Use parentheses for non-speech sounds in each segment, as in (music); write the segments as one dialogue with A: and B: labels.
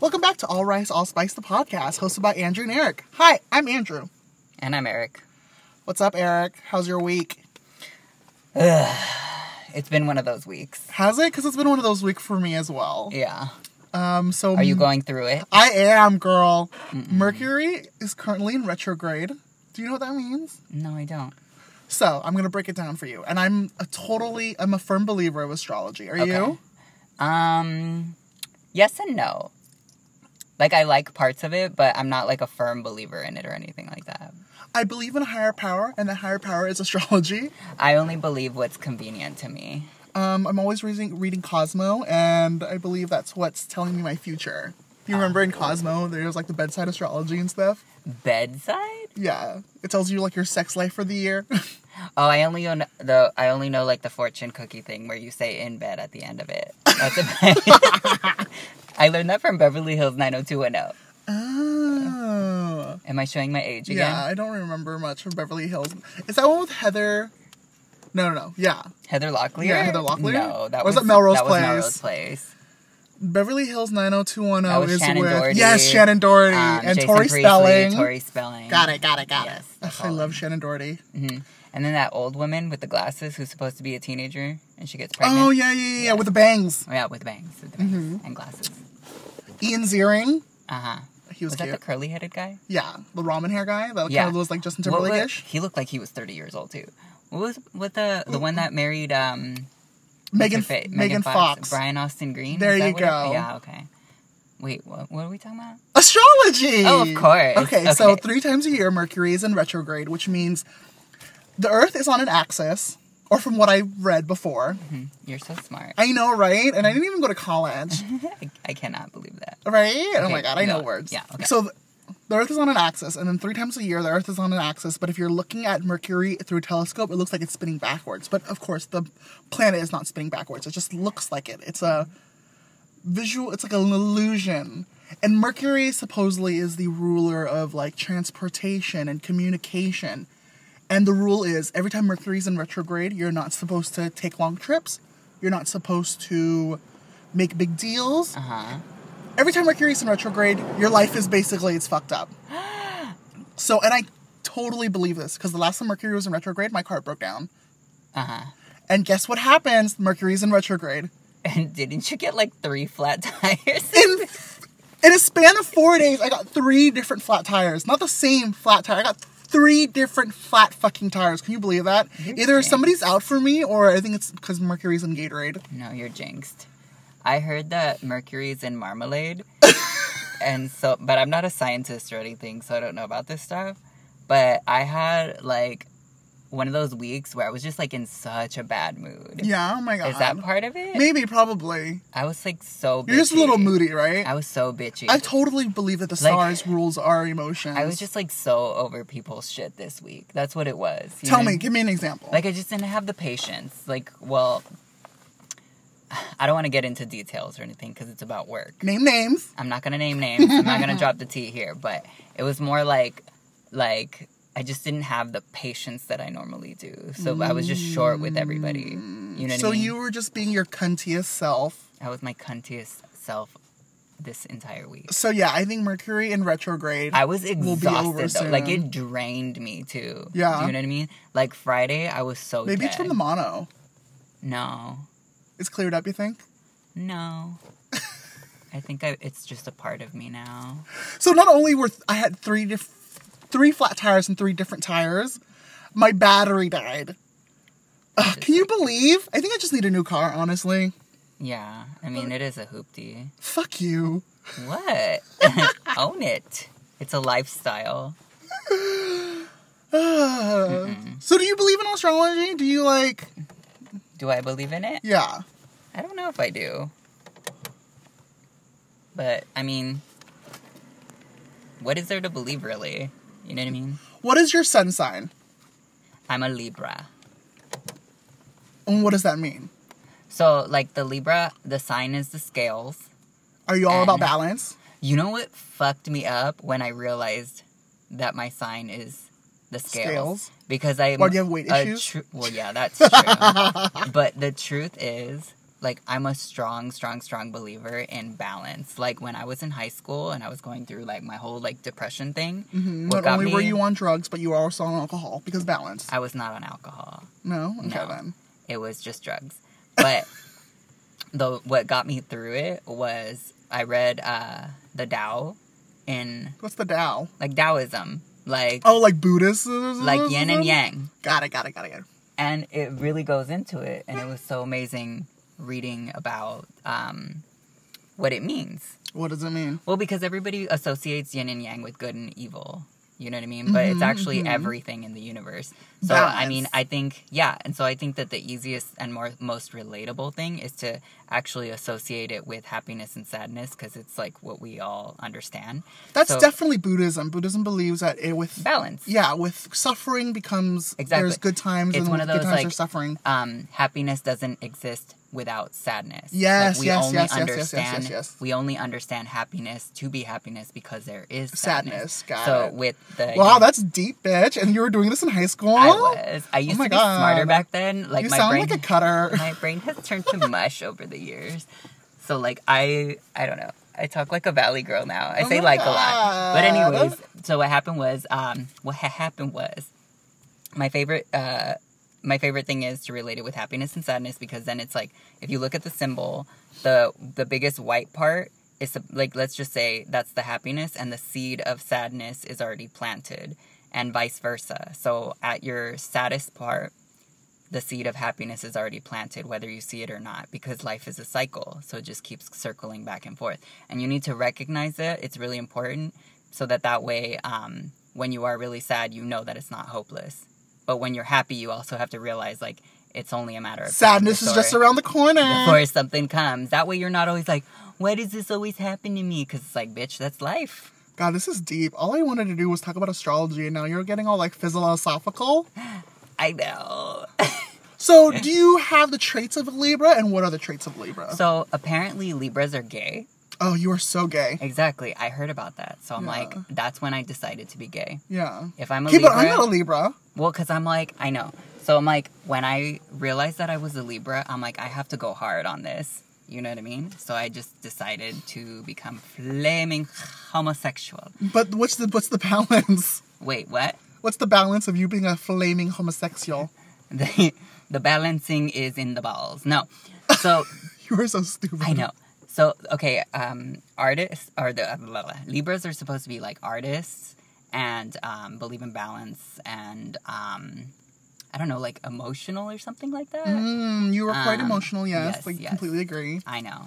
A: Welcome back to All Rice, All Spice, the podcast, hosted by Andrew and Eric. Hi, I'm Andrew.
B: And I'm Eric.
A: What's up, Eric? How's your week?
B: It's been one of those weeks.
A: Has it? Because it's been one of those weeks for me as well.
B: Yeah.
A: Um, so
B: Are you going through it?
A: I am, girl. Mercury is currently in retrograde. Do you know what that means?
B: No, I don't.
A: So I'm gonna break it down for you. And I'm a totally, I'm a firm believer of astrology. Are
B: Okay.
A: you?
B: Um, yes and no. Like I like parts of it, but I'm not like a firm believer in it or anything like that.
A: I believe in a higher power, and the higher power is (laughs) astrology.
B: I only believe what's convenient to me.
A: Um, I'm always reading, reading Cosmo, and I believe that's what's telling me my future. You
B: Ah,
A: remember in Cosmo, there's like the bedside astrology and stuff.
B: Bedside?
A: Yeah, it tells you like your sex life for the year. (laughs)
B: Oh, I only know the I only know like the fortune cookie thing where you say in bed at the end of it. That's (laughs) about- I learned that from Beverly Hills 90210.
A: oh,
B: oh. Am I showing my age again?
A: yeah. I don't remember much from Beverly Hills. Is that one with Heather? No, no, no. Yeah,
B: Heather Locklear?
A: Yeah, Heather Locklear?
B: No, that
A: Or
B: was,
A: was that Melrose
B: that
A: Place?
B: Was Melrose Place.
A: Beverly Hills
B: That
A: 90210
B: was
A: is
B: Shannon
A: with
B: Doherty.
A: yes, Shannon Doherty
B: Um,
A: and
B: Jason
A: Tori
B: Priestley,
A: Spelling.
B: Tori Spelling.
A: Got it, got it, got it.
B: Yes,
A: Ugh,
B: that's
A: I
B: all.
A: love Shannon Doherty.
B: And then that old woman with the glasses who's supposed to be a teenager and she gets pregnant.
A: Oh yeah, Mm-hmm. yeah, yeah, yeah, with the bangs.
B: Oh, yeah, with bangs, with the bangs and glasses.
A: Ian Ziering.
B: Uh huh.
A: He was,
B: Was
A: cute.
B: that the curly headed guy?
A: Yeah, the ramen hair guy that
B: Yeah.
A: kind of was like Justin
B: What was-
A: Timberlake-ish.
B: he looked like he was thirty years old too. What was what the the one that married um
A: Megan,
B: what's her fa-
A: Megan, Fox.
B: Brian Austin Green?
A: There
B: Is that
A: you
B: what it-
A: go.
B: yeah. Okay. Wait, what, what are we talking about?
A: Astrology.
B: Oh, of course.
A: Okay, so
B: Okay.
A: three times a year, Mercury is in retrograde, which means the Earth is on an axis, or from what I read before.
B: You're so smart. (laughs) I,
A: I know, right? And I didn't even go to college,
B: I cannot believe that.
A: right? oh
B: Okay,
A: my god, I know
B: no,
A: words.
B: yeah, okay.
A: So. th- the Earth is on an axis, and then three times a year, the Earth is on an axis. But if you're looking at Mercury through a telescope, it looks like it's spinning backwards. But of course, the planet is not spinning backwards. It just looks like it. It's a visual it's like an illusion and mercury supposedly is the ruler of like transportation and communication and the rule is every time mercury's in retrograde you're not supposed to take long trips you're not supposed to make big deals
B: Uh huh.
A: every time mercury's in retrograde your life is basically it's fucked
B: (gasps)
A: up so and i totally believe this because the last time mercury was in retrograde my car broke down
B: Uh huh.
A: and guess what happens mercury's in retrograde
B: And didn't you get like three flat (laughs) tires?
A: in in a span of four days, I got three different flat tires. Not the same flat tire. I got three different flat fucking tires. Can you believe that? Either
B: jinxed.
A: somebody's out for me, or I think it's because Mercury's in Gatorade.
B: (laughs) no, you're jinxed. I heard that Mercury's in
A: (laughs)
B: marmalade. and so, but I'm not a scientist or anything, so I don't know about this stuff. But I had like one of those weeks where I was just like in such a bad mood.
A: Yeah. Oh my god.
B: Is that part of it?
A: Maybe probably.
B: I was like so bitchy.
A: You're just a little moody, right?
B: I was so bitchy.
A: I totally believe that the
B: Like-
A: stars rules our emotions.
B: I was just like so over people's shit this week. That's what it was. you
A: Tell
B: know?
A: me, give me an example.
B: Like I just didn't have the patience. Like, well, I don't want to get into details or anything because it's about work.
A: Name names.
B: I'm not gonna name names. I'm not
A: (laughs)
B: gonna drop the T here, but it was more like, like I just didn't have the patience that I normally do. So I was just short with everybody. You know what
A: so
B: I mean?
A: you were just being your cuntiest self.
B: I was my cuntiest self this entire week.
A: So yeah, I think Mercury in retrograde.
B: I was
A: will be
B: exhausted
A: over
B: though. Like
A: soon.
B: it drained me too.
A: Yeah.
B: Do you know what I mean? Like Friday, I was so
A: Maybe it's from
B: dead.
A: the mono.
B: no.
A: It's cleared up. You think?
B: No. I think I, it's just a part of me now.
A: So not only were th- I had three diff- three flat tires and three different tires, my battery died. Ugh, can you believe? I think I just need a new car, honestly.
B: Yeah. I mean, it is a hoopty.
A: Fuck you.
B: What? (laughs) Own it. It's a lifestyle.
A: Ugh. so do you believe in astrology? Do you like
B: Do I believe in it?
A: yeah.
B: I don't know if I do. But, I mean, what is there to believe, really? You know what I mean?
A: What is your sun sign?
B: I'm a Libra.
A: And what does that mean?
B: So, like, the Libra, the sign is the scales.
A: Are you all about
B: And-
A: balance?
B: You know what fucked me up when I realized that my sign is the scales?
A: Scales?
B: Because I
A: Why, do you have weight issues? (laughs)
B: well, yeah, that's true. but the truth is, like I'm a strong, strong, strong believer in balance. Like when I was in high school and I was going through like my whole like depression thing, what
A: Mm-hmm. Not
B: got
A: only
B: me,
A: were you on drugs, but you were also on alcohol because balance.
B: I was not on alcohol.
A: no? Okay
B: No.
A: then.
B: It was just drugs. But the what got me through it was I read uh the Tao in
A: What's the Tao?
B: like Taoism, like
A: Oh, like Buddhist?
B: like yin and yang.
A: Got it, got it, got it, got it.
B: and it really goes into it and it was so amazing reading about um, what it means
A: What does it mean?
B: well because everybody associates yin and yang with good and evil you know what i mean but it's actually everything in the universe so i mean
A: Balance.
B: i think yeah and so i think that the easiest and more most relatable thing is to actually associate it with happiness and sadness because it's like what we all understand
A: That's
B: So-
A: definitely Buddhism. Buddhism believes that it with
B: balance
A: yeah, with suffering becomes
B: Exactly.
A: there's good times
B: It's
A: and
B: one of
A: good
B: those,
A: times
B: like,
A: there's suffering.
B: um, happiness doesn't exist without sadness.
A: Yes,
B: Like, we
A: yes,
B: only
A: yes, yes, yes, yes,
B: understand,
A: yes, yes.
B: We only understand happiness to be happiness because there is
A: Sadness,
B: sadness.
A: got
B: so
A: it.
B: with the
A: Wow, that's deep, bitch. And you were doing this in high school?
B: I was. I used
A: Oh my
B: to be
A: God.
B: smarter back then. Like
A: you
B: my
A: sound
B: brain, (laughs)
A: like a cutter.
B: my brain has turned to mush over the years. So like I, I don't know. I talk like a valley girl now. I
A: Oh
B: say
A: my
B: like a lot. But
A: God.
B: anyways, so what happened was, um, what ha- happened was, my favorite, uh, my favorite thing is to relate it with happiness and sadness because then it's like if you look at the symbol, the the biggest white part is the- like let's just say that's the happiness and the seed of sadness is already planted and vice versa. So at your saddest part, the seed of happiness is already planted, whether you see it or not, because life is a cycle. So it just keeps circling back and forth. And you need to recognize it. It's really important so that that way, um, when you are really sad, you know that it's not hopeless. But when you're happy, you also have to realize, like, it's only a matter of time
A: Sadness is
B: before-
A: just around the corner.
B: before something comes. That way, you're not always like, why does this always happen to me? Because it's like, bitch, that's life.
A: God, this is deep. All I wanted to do was talk about astrology, and now you're getting all like philosophical.
B: I know.
A: So, do you have the traits of a Libra, and what are the traits of Libra?
B: so apparently, Libras are gay.
A: oh, you are so gay.
B: Exactly. I heard about that. So I'm
A: Yeah.
B: like, that's when I decided to be gay.
A: Yeah.
B: If I'm a
A: Okay, but
B: Libra,
A: I'm not a Libra.
B: well, because I'm like, I know. So I'm like, when I realized that I was a Libra, I'm like, I have to go hard on this. You know what I mean? So I just decided to become flaming homosexual.
A: But what's the what's the balance? (laughs)
B: Wait, what? (laughs)
A: What's the balance of you being a flaming homosexual?
B: The, the balancing is in the balls. No. So
A: You are so stupid.
B: I know. So okay, um, artists are the uh, blah, blah, blah. Libras are supposed to be like artists and um, believe in balance and um, I don't know, like emotional or something like that.
A: Mm, you were quite
B: Um,
A: emotional. Yes,
B: yes,
A: like
B: yes.
A: completely agree.
B: I know.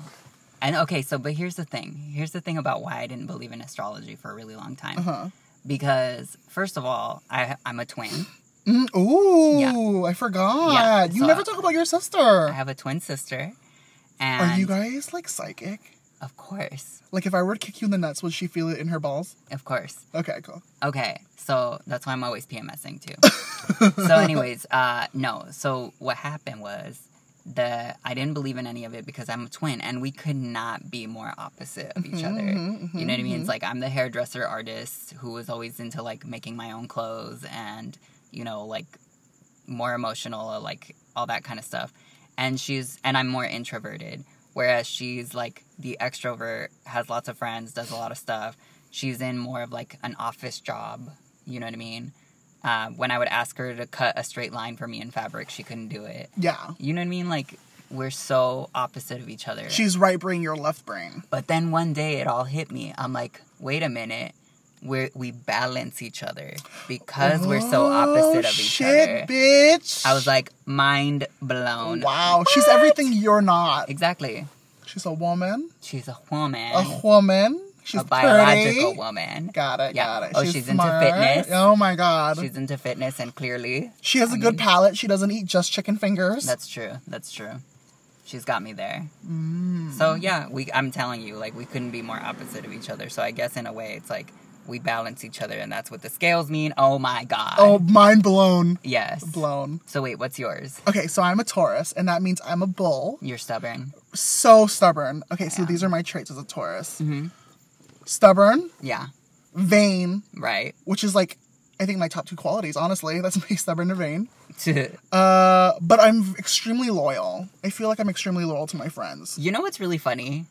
B: And okay, so but here's the thing. Here's the thing about why I didn't believe in astrology for a really long time.
A: Uh huh.
B: Because first of all, I I'm a twin.
A: Mm, ooh, I forgot.
B: Yeah,
A: you
B: so-
A: never talk about your sister.
B: I have a twin sister. And
A: Are you guys like psychic?
B: of course.
A: Like if I were to kick you in the nuts, would she feel it in her balls?
B: Of course.
A: Okay, cool.
B: Okay, so that's why I'm always PMSing too. so, anyways, uh, no. So what happened was that I didn't believe in any of it because I'm a twin, and we could not be more opposite of each other. you know what I mean? It's like I'm the hairdresser artist who was always into like making my own clothes and you know like more emotional, like all that kind of stuff. And she's and I'm more introverted, whereas she's like the extrovert, has lots of friends, does a lot of stuff. She's in more of like an office job. You know what I mean? Uh, when I would ask her to cut a straight line for me in fabric, she couldn't do it.
A: Yeah.
B: You know what I mean? Like we're so opposite of each other.
A: She's right brain, your left brain.
B: But then one day it all hit me. I'm like, wait a minute. We're, we balance each other because we're so opposite
A: Oh,
B: of each
A: shit,
B: other.
A: bitch.
B: I was like, mind blown.
A: wow, she's everything you're not.
B: Exactly.
A: She's a woman,
B: She's a woman,
A: a woman. She's
B: Eh. a biological
A: Oh, pretty.
B: woman.
A: Got it,
B: Yeah.
A: got it.
B: Oh, she's into fitness.
A: Oh my god.
B: She's into fitness, and clearly,
A: she has a good palate. She doesn't eat just chicken fingers.
B: that's true. That's true. She's got me there.
A: Mm.
B: So yeah, we. I'm telling you, like we couldn't be more opposite of each other. So I guess in a way, it's like we balance each other, and that's what the scales mean. Oh my god.
A: oh, mind blown.
B: yes.
A: Blown.
B: So wait, what's yours?
A: Okay, so I'm a Taurus, and that means I'm a bull.
B: You're stubborn.
A: So stubborn. Okay, so
B: Yeah.
A: these are my traits as a Taurus.
B: Mhm.
A: Stubborn,
B: Yeah.
A: vain,
B: Right. (laughs)
A: which is like I think my top two qualities, honestly. (laughs) That's my stubborn and vain.
B: To
A: Uh, but I'm extremely loyal. I feel like I'm extremely loyal to my friends.
B: you know what's really funny?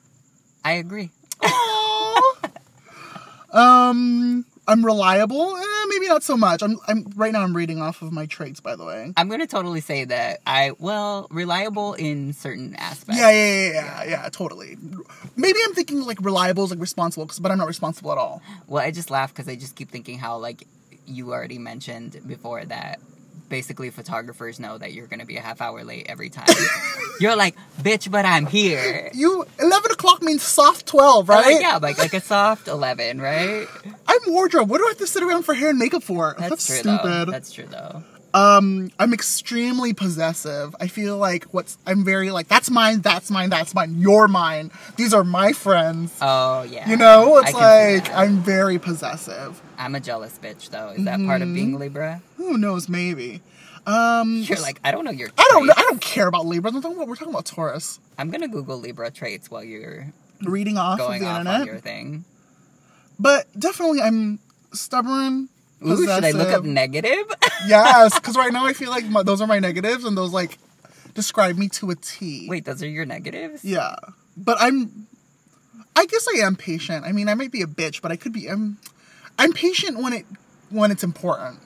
B: I agree.
A: (laughs) um, I'm reliable. Eh, maybe not so much. I'm, I'm right now. I'm reading off of my traits, by the way.
B: I'm gonna totally say that I well reliable in certain aspects.
A: Yeah, yeah, yeah, yeah, yeah, yeah, totally. Maybe I'm thinking like reliable is like responsible, 'cause- but I'm not responsible at all.
B: Well, I just laugh because I just keep thinking how like you already mentioned before that basically photographers know that you're gonna be a half hour late
A: (laughs)
B: every time. you're like, bitch, but I'm here.
A: You eleven o'clock means soft twelve,
B: I'm like,
A: right?
B: yeah, like like a soft eleven, right?
A: I'm wardrobe. What do I have to sit around for hair and makeup for?
B: That's,
A: That's,
B: true
A: stupid.
B: though. That's true though.
A: um, I'm extremely possessive. I feel like what's I'm very like that's mine, that's mine, that's mine. You're mine. These are my friends.
B: Oh yeah.
A: You know, it's
B: I can see
A: like
B: that.
A: I'm very possessive.
B: I'm a jealous bitch though. Is that
A: Mm-hmm.
B: part of being Libra?
A: Who knows? Maybe. Um,
B: You're like, I don't know your.
A: I don't know.
B: traits.
A: I don't care about Libras. I'm talking about, we're talking about Taurus.
B: I'm gonna Google Libra traits while you're
A: Reading off of
B: going
A: the
B: off
A: internet.
B: on your thing.
A: But definitely, I'm stubborn.
B: Ooh, should I look up
A: possessive.
B: negative? (laughs)
A: yes, because right now I feel like my, those are my negatives, and those like describe me to a T.
B: Wait, those are your negatives?
A: Yeah, but I'm. I guess I am patient. I mean, I might be a bitch, but I could be. I'm. I'm patient when it when it's important.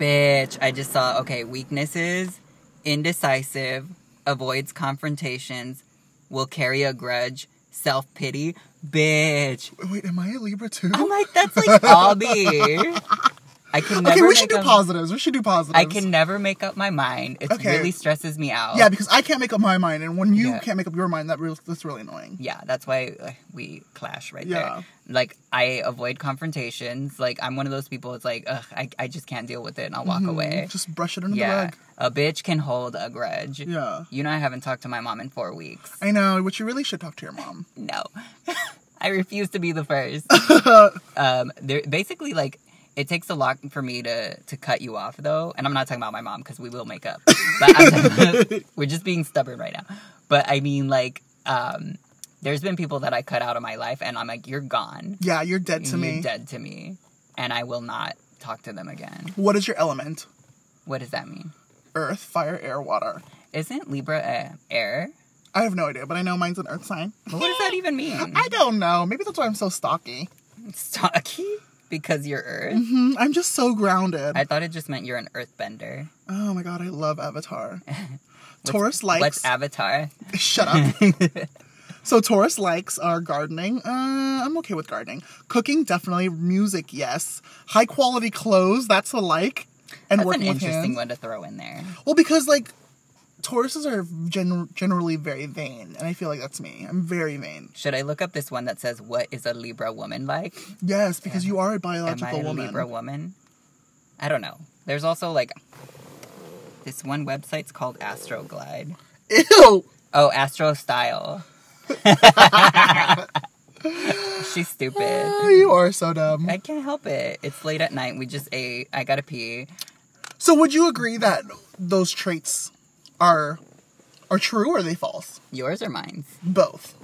B: Bitch, I just saw. Okay, weaknesses: indecisive, avoids confrontations, will carry a grudge, self pity. Bitch,
A: Wait, am I a Libra too?
B: I'm like that's
A: (laughs)
B: like all me. I can never.
A: okay, we
B: make
A: should do
B: up-
A: positives. We should do positives.
B: I can never make up my mind. It
A: Okay.
B: really stresses me out.
A: Yeah, because I can't make up my mind, and when you
B: Yeah.
A: can't make up your mind, that real, that's really annoying.
B: yeah that's why uh, we clash right
A: Yeah.
B: there like i avoid confrontations like i'm one of those people it's like ugh i, I just can't deal with it and i'll
A: Mm-hmm.
B: walk away
A: Just brush it under the
B: yeah
A: rug.
B: a bitch can hold a grudge
A: Yeah.
B: you know i haven't talked to my mom in four weeks
A: I know, which you really should talk to your mom.
B: no (laughs) i refuse to be the
A: (laughs)
B: first um they're basically like it takes a lot for me to to cut you off though and i'm not talking about my mom because we will make up but I'm- (laughs) we're just being stubborn right now but i mean like um there's been people that i cut out of my life and i'm like you're gone
A: Yeah, you're dead to
B: you're
A: me.
B: dead to me and i will not talk to them again
A: What is your element?
B: what does that mean
A: Earth, fire, air, water.
B: isn't libra uh, air
A: I have no idea, but I know mine's an earth sign.
B: what does that even mean
A: I don't know. Maybe that's why I'm so stocky.
B: stocky because you're earth
A: Hmm, I'm just so grounded.
B: i thought it just meant you're an earthbender
A: oh my god, I love
B: (laughs)
A: Avatar. Taurus likes.
B: what's avatar
A: (laughs) Shut
B: (laughs)
A: up. so Taurus likes are gardening. Uh, I'm okay with gardening. Cooking, definitely. Music, yes. High quality clothes, that's a like. And
B: that's an
A: working with
B: interesting
A: hands.
B: one to throw in there
A: Well, because like Tauruses are gen- generally very vain, and I feel like that's me. I'm very vain.
B: Should I look up this one that says what is a Libra woman like?
A: Yes, because you are a
B: Am I
A: biological
B: a
A: woman.
B: Libra woman? I don't know. There's also like this one website's called Astroglide.
A: (laughs) Ew. (laughs)
B: Oh, Astro Style. She's
A: Ah,
B: stupid.
A: you are so dumb.
B: I can't help it. It's late at night. We just ate. I gotta pee.
A: So would you agree that those traits are are true or are they false?
B: Yours or mine's?
A: Both.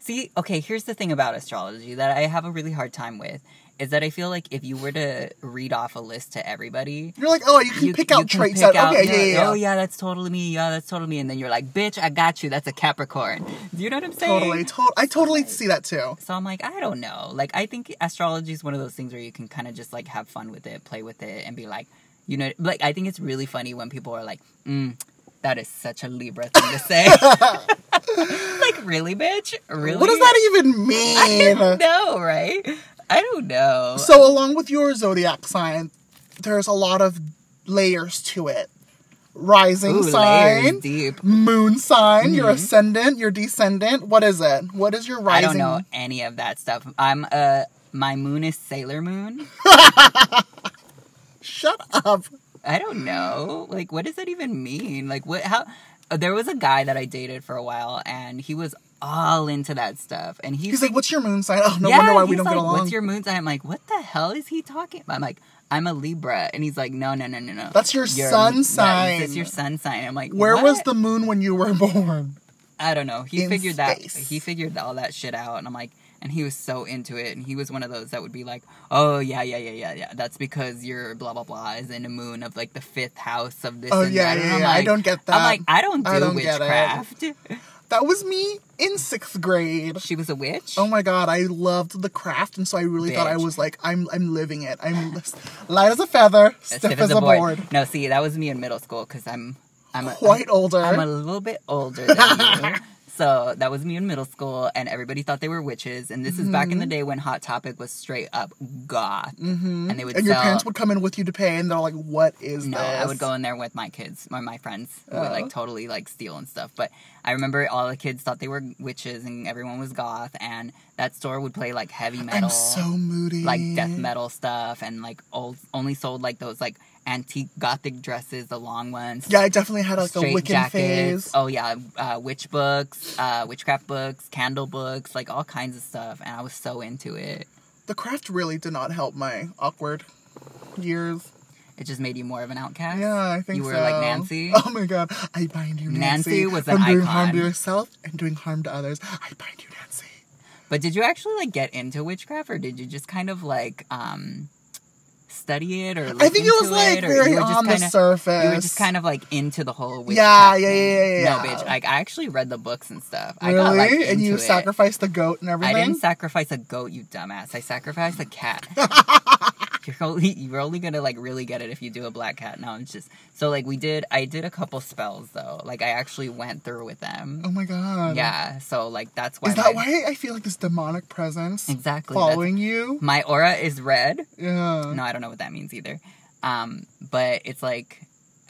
B: See, okay, here's the thing about astrology that I have a really hard time with is that I feel like if you were to read off a list to everybody,
A: You're like, oh, you can pick out
B: can
A: traits
B: pick
A: that okay, yeah,
B: you're
A: yeah,
B: like,
A: yeah.
B: Oh yeah, that's totally me. Yeah, that's totally me. And then you're like, bitch, I got you. That's a Capricorn. Do you know what I'm saying?
A: Totally, to- I totally see that too.
B: So I'm like, I don't know. Like, I think astrology is one of those things where you can kind of just like have fun with it, play with it, and be like, you know, like I think it's really funny when people are like, mm, that is such a Libra thing
A: (laughs)
B: to say. (laughs) like, really, bitch? Really?
A: What does that even
B: (laughs)
A: mean?
B: No, right? I don't know.
A: so along with your zodiac sign, there's a lot of layers to it. Rising
B: Ooh,
A: sign,
B: layers deep.
A: moon sign, your ascendant, your descendant. What is it? What is your
B: I
A: rising?
B: don't know any of that stuff. I'm uh my moon is Sailor Moon.
A: Shut up.
B: I don't know. Like what does that even mean? Like what how there was a guy that I dated for a while and he was all into that stuff and he's,
A: He's like, what's your moon sign? (laughs) Oh, no
B: yeah,
A: wonder why we
B: he's
A: don't
B: like,
A: get along.
B: What's your moon sign? I'm like, what the hell is he talking about? I'm like, I'm a Libra and he's like, No, no, no, no, no.
A: That's your
B: You're-
A: sun
B: yeah,
A: sign.
B: That's your sun sign. I'm like,
A: Where was
B: "What?"
A: the moon when you were (laughs) born?
B: I don't know. He
A: In
B: figured that
A: space.
B: he figured all that shit out, and I'm like, and he was so into it, and he was one of those that would be like, oh yeah, yeah, yeah, yeah, yeah. That's because your blah blah blah is in a moon of like the fifth house of this.
A: Oh,
B: and
A: yeah,
B: that. And
A: yeah,
B: I'm
A: yeah. I
B: like-
A: don't get that.
B: I'm like, I don't do
A: I don't get it.
B: witchcraft. (laughs)
A: That was me in sixth grade.
B: she was a witch.
A: Oh my god, I loved the craft, and so I really thought I
B: Bitch.
A: was like, I'm, I'm living it. I'm light as a feather,
B: As
A: stiff as a board.
B: No, see, that was me in middle school because I'm I'm a-
A: Quite older.
B: I'm a little bit older than
A: (laughs)
B: you. So that was me in middle school, and everybody thought they were witches. And this is back
A: Mm-hmm.
B: in the day when Hot Topic was straight up goth, mm-hmm. and they would
A: and your
B: sell.
A: parents would come in with you to pay, and they're like, "What is
B: no,
A: this?"
B: I would go in there with my kids or my friends would
A: Oh.
B: like totally like steal and stuff. But I remember all the kids thought they were witches, and everyone was goth. And that store would play like heavy metal
A: I'm so moody.
B: like death metal stuff and like old only sold like those like antique gothic dresses, the long ones.
A: Yeah, I definitely had like
B: straight
A: a Wiccan phase.
B: Oh yeah, uh, witch books, uh, witchcraft books, candle books, like all kinds of stuff, and I was so into it.
A: The craft really did not help my awkward years.
B: It just made you more of an outcast.
A: Yeah, I think
B: you were
A: so.
B: like
A: (laughs)
B: Nancy.
A: Oh my god, I bind you, Nancy.
B: Nancy was
A: from
B: an
A: doing harm to
B: icon.
A: yourself and doing harm to others. I bind you, Nancy.
B: But did you actually like get into witchcraft, or did you just kind of like um, study it, or
A: I think it was like
B: or
A: very
B: you were just
A: on the
B: kinda-
A: surface.
B: You were just kind of like into the whole witchcraft.
A: Yeah, yeah,
B: thing.
A: yeah, yeah,
B: No,
A: yeah.
B: bitch. Like I actually read the books and stuff.
A: really,
B: I got like into
A: and you
B: it.
A: sacrificed the goat and everything.
B: I didn't sacrifice a goat, you dumbass. I sacrificed
A: (laughs)
B: a cat. you're only you're only gonna like really get it if you do a black cat. No, it's just so like we did. I did a couple spells though. Like I actually went through with them.
A: oh my god.
B: yeah. So like that's why.
A: Is that
B: my,
A: why I feel like this demonic presence
B: Exactly. that's-
A: following you?
B: My aura is red.
A: Yeah.
B: No, I don't know what that means either. Um, but it's like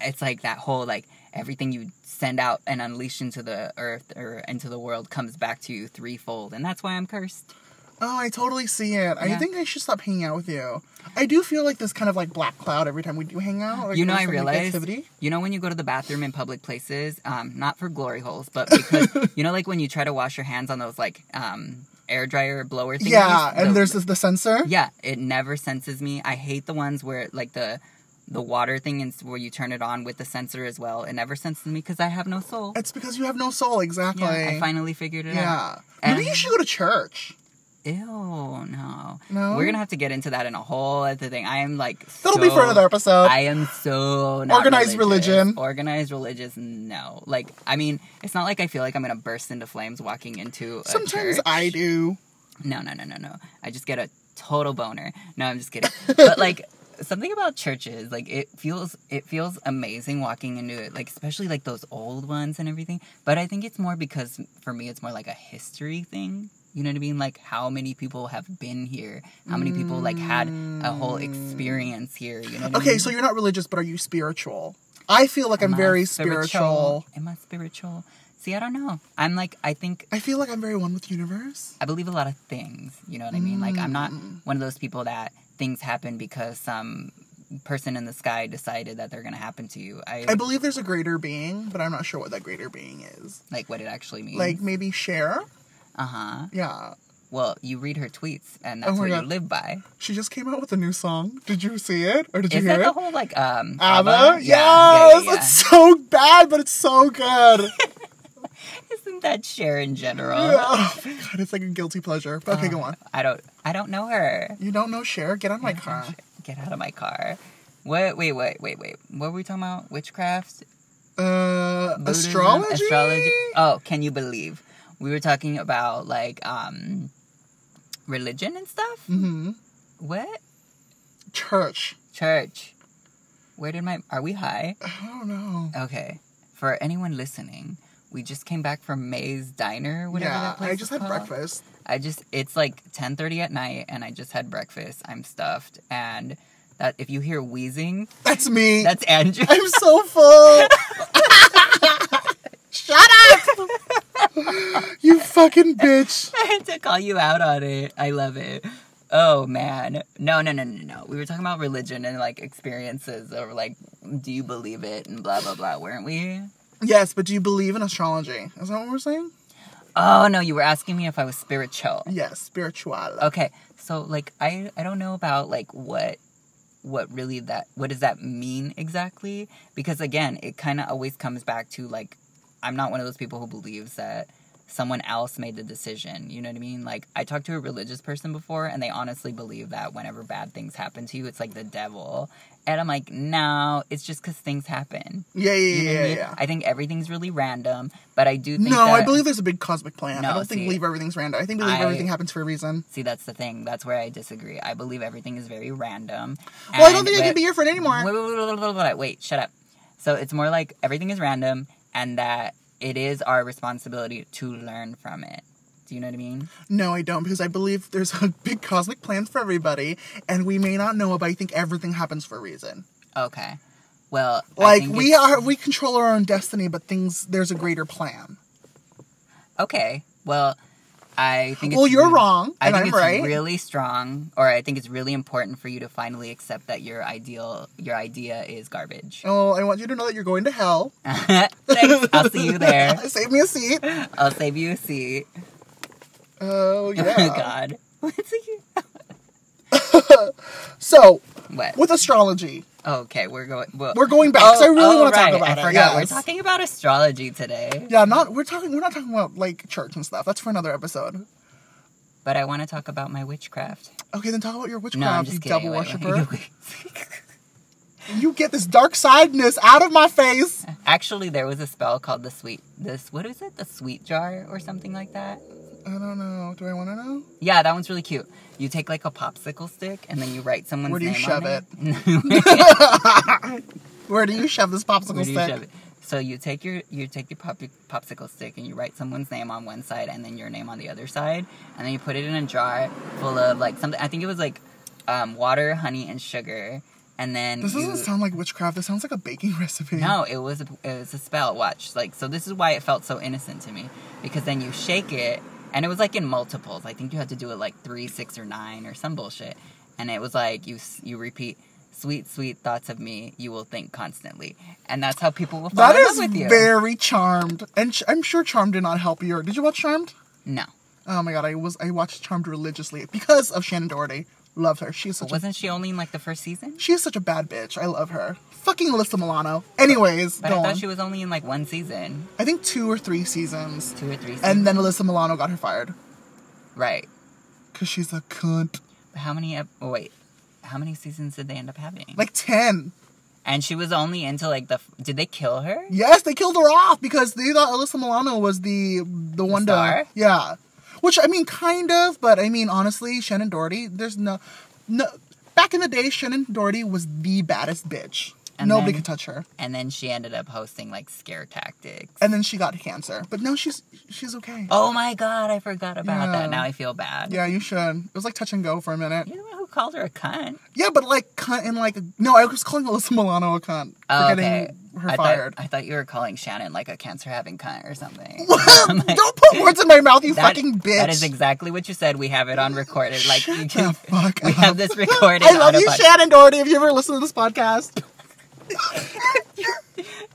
B: it's like that whole like everything you send out and unleash into the earth or into the world comes back to you threefold, and that's why I'm cursed.
A: Oh, I totally see it. I
B: Yeah.
A: think I should stop hanging out with you. I do feel like this kind of like black cloud every time we do hang out. Like
B: you know,
A: there's
B: I
A: some
B: realized.
A: negativity.
B: You know, when you go to the bathroom in public places, um, not for glory holes, but because
A: (laughs)
B: you know, like when you try to wash your hands on those like um, air dryer blower things.
A: Yeah, and
B: the-
A: there's this, the sensor.
B: (laughs) yeah, it never senses me. I hate the ones where like the the water thing and s- where you turn it on with the sensor as well. It never senses me because I have no soul.
A: It's because you have no soul, exactly.
B: Yeah, I finally figured it out.
A: Yeah. Maybe you
B: And-
A: should go to church.
B: Ew, no.
A: No?
B: We're gonna have to get into that in a whole other thing. I am like
A: That'll
B: so-
A: be for another episode.
B: I am so not
A: Organized
B: religious.
A: religion.
B: Organized religious, no. Like, I mean, it's not like I feel like I'm gonna burst into flames walking into. A
A: Sometimes
B: church.
A: I do.
B: No, no, no, no, no. I just get a total boner. No, I'm just kidding. (laughs) but like something about churches, like it feels it feels amazing walking into it, like especially like those old ones and everything. But I think it's more because for me it's more like a history thing. You know what I mean? Like how many people have been here? How many people like had a whole experience here? You know? What I
A: Okay,
B: mean?
A: so you're not religious, but are you spiritual? I feel like I'm
B: Am I
A: very spiritual.
B: Am I spiritual? See, I don't know. I'm like I think
A: I feel like I'm very one with universe.
B: I believe a lot of things. You know what I mean? Like I'm not
A: Mm.
B: one of those people that things happen because some person in the sky decided that they're gonna happen to you. I,
A: I believe there's a greater being, but I'm not sure what that greater being is.
B: like what it actually means.
A: Like maybe share.
B: uh huh.
A: Yeah.
B: Well, you read her tweets, and that's
A: Oh my
B: what
A: God.
B: you live by.
A: She just came out with a new song. Did you see it? Or did you
B: Is
A: hear
B: that
A: it?
B: the whole like um
A: ABBA? Yes!
B: Yeah, yeah, yeah, yeah.
A: It's so bad, but it's so good.
B: (laughs) Isn't that Cher in general?
A: (laughs)
B: Uh,
A: oh my god, it's like a guilty pleasure. But okay, go on.
B: I don't. I don't know her.
A: You don't know Cher? Get on my car.
B: Get out of my car. What? Wait, wait, wait, wait. What were we talking about? Witchcraft?
A: Uh,
B: Buddhism,
A: astrology?
B: astrology oh can you believe we were talking about like um religion and stuff
A: hmm
B: what
A: Church.
B: church where did my are we high
A: I don't know.
B: okay for anyone listening we just came back from May's Diner, whatever
A: yeah,
B: that place
A: I
B: is
A: just had
B: called.
A: breakfast.
B: I just it's like ten thirty at night, and I just had breakfast. I'm stuffed, and that if you hear wheezing,
A: That's me.
B: that's Andrew.
A: (laughs) I'm so
B: (laughs)
A: full. Shut up! (laughs) you fucking bitch.
B: I had (laughs) to call you out on it. I love it. Oh man. No, no, no, no, no. We were talking about religion and like experiences or like do you believe it and blah blah blah, weren't we?
A: Yes, but do you believe in astrology? Is that what we're saying?
B: Oh no, you were asking me if I was spiritual.
A: Yes, spiritual.
B: Okay. So like I I don't know about like what what really that what does that mean exactly? Because again, it kind of always comes back to like I'm not one of those people who believes that someone else made the decision. You know what I mean? Like I talked to a religious person before and they honestly believe that whenever bad things happen to you, it's like the devil. And I'm like, no, it's just because things happen.
A: Yeah, yeah,
B: You
A: yeah,
B: know what I
A: yeah.
B: mean?
A: yeah.
B: I think everything's really random, but I do think
A: no, I
B: that-
A: believe there's a big cosmic plan. I
B: No,
A: don't think
B: see-
A: leave everything's random. I think believe
B: I-
A: everything happens for a reason.
B: See, that's the thing. That's where I disagree. I believe everything is very random.
A: Well, I don't
B: And
A: think I
B: that-
A: can be your friend anymore.
B: Wait, wait, wait, wait, wait, wait, wait, shut up. So it's more like everything is random and that it is our responsibility to learn from it. Do you know what I mean?
A: No, I don't, because I believe there's a (laughs) big cosmic plan for everybody, and we may not know it, but I think everything happens for a reason.
B: Okay. Well, I
A: Like
B: think
A: we
B: it's-
A: are, we control our own destiny, but things there's a greater plan.
B: Okay. Well, I think.
A: Well,
B: it's
A: you're
B: re-
A: wrong,
B: I
A: and
B: think
A: I'm
B: it's
A: right.
B: really strong, or I think it's really important for you to finally accept that your ideal, your idea is garbage. (laughs)
A: Oh, I want you to know that you're going to hell.
B: Thanks. I'll see you there.
A: (laughs) Save me a
B: (laughs)
A: seat.
B: I'll save you a seat.
A: Oh
B: Oh
A: yeah.
B: (laughs) God. What's he?
A: so
B: (laughs) What?
A: with astrology,
B: Okay, we're going. Well, oh,
A: We're going back, 'cause I really wanna talk
B: right,
A: about
B: I
A: it,
B: forgot.
A: yes.
B: We're talking about astrology today,
A: yeah, not we're talking we're not talking about like church and stuff. That's for another episode.
B: but I want to talk about my witchcraft.
A: Okay, then talk about your
B: No, I'm
A: witchcraft, you
B: just kidding.
A: double
B: Wait, wait,
A: worshiper.
B: (laughs) wait.
A: You get this dark sideness out of my face.
B: Actually, there was a spell called the sweet. This what is it? The sweet jar or something like that.
A: I don't know. Do I want to know?
B: Yeah, that one's really cute. You take like a popsicle stick and then you write someone's
A: Where do you
B: name
A: shove
B: on
A: it?
B: (laughs)
A: (laughs)
B: it.
A: Where do you shove this popsicle
B: Where do you
A: stick?
B: shove it? So you take your you take your pop, popsicle stick and you write someone's name on one side and then your name on the other side, and then you put it in a jar full of like something. I think it was like um, water, honey, and sugar, and then
A: This
B: you,
A: doesn't sound like witchcraft. This sounds like a baking recipe.
B: no, it was a, it was a spell. Watch, like so. This is why it felt so innocent to me because then you shake it, and it was like in multiples. I think you had to do it like three, six, or nine or some bullshit. And it was like you s- you repeat, "Sweet, sweet thoughts of me, you will think constantly," and that's how people will fall
A: That
B: in love
A: is
B: with you.
A: very charmed, and ch- I'm sure Charmed did not help you. Did you watch Charmed?
B: no,
A: Oh my god, I was I watched Charmed religiously because of Shannon Doherty. Love her. She's such a
B: wasn't she only in like the first season?
A: she is such a bad bitch. I love her. Fucking Alyssa Milano. Anyways,
B: But
A: go
B: I
A: on.
B: thought she was only in like one season,
A: I think two or three seasons,
B: two or three. Seasons.
A: and then Alyssa Milano got her fired
B: right?
A: because she's a cunt.
B: How many? ep- Oh, wait, how many seasons did they end up having?
A: Like ten.
B: and she was only into like the. f- Did they kill her?
A: Yes, they killed her off because they thought Alyssa Milano was the the one
B: star?
A: to yeah. Which I mean, kind of, but I mean, honestly, Shannon Doherty. There's no no. Back in the day, Shannon Doherty was the baddest bitch.
B: And
A: Nobody
B: then-
A: could touch her.
B: And then she ended up hosting like scare tactics.
A: And then she got cancer, but now she's she's okay.
B: Oh my god, I forgot about
A: Yeah.
B: that. Now I feel bad.
A: Yeah, you should. It was like touch and go for a minute.
B: You're the one who called her a cunt.
A: Yeah, but like cunt and like no, I was calling Alyssa Milano a cunt for
B: Oh,
A: getting
B: okay.
A: her (laughs)
B: I
A: fired.
B: Thought, I thought you were calling Shannon like a cancer having cunt or something.
A: Don't put words in my mouth, you
B: That-
A: fucking bitch.
B: That is exactly what you said. We have it on recorded. Like
A: Shut
B: you can,
A: the fuck
B: we
A: up.
B: have this recorded.
A: I love
B: on a
A: you,
B: pod-
A: Shannon Doherty. If you ever listen to this podcast,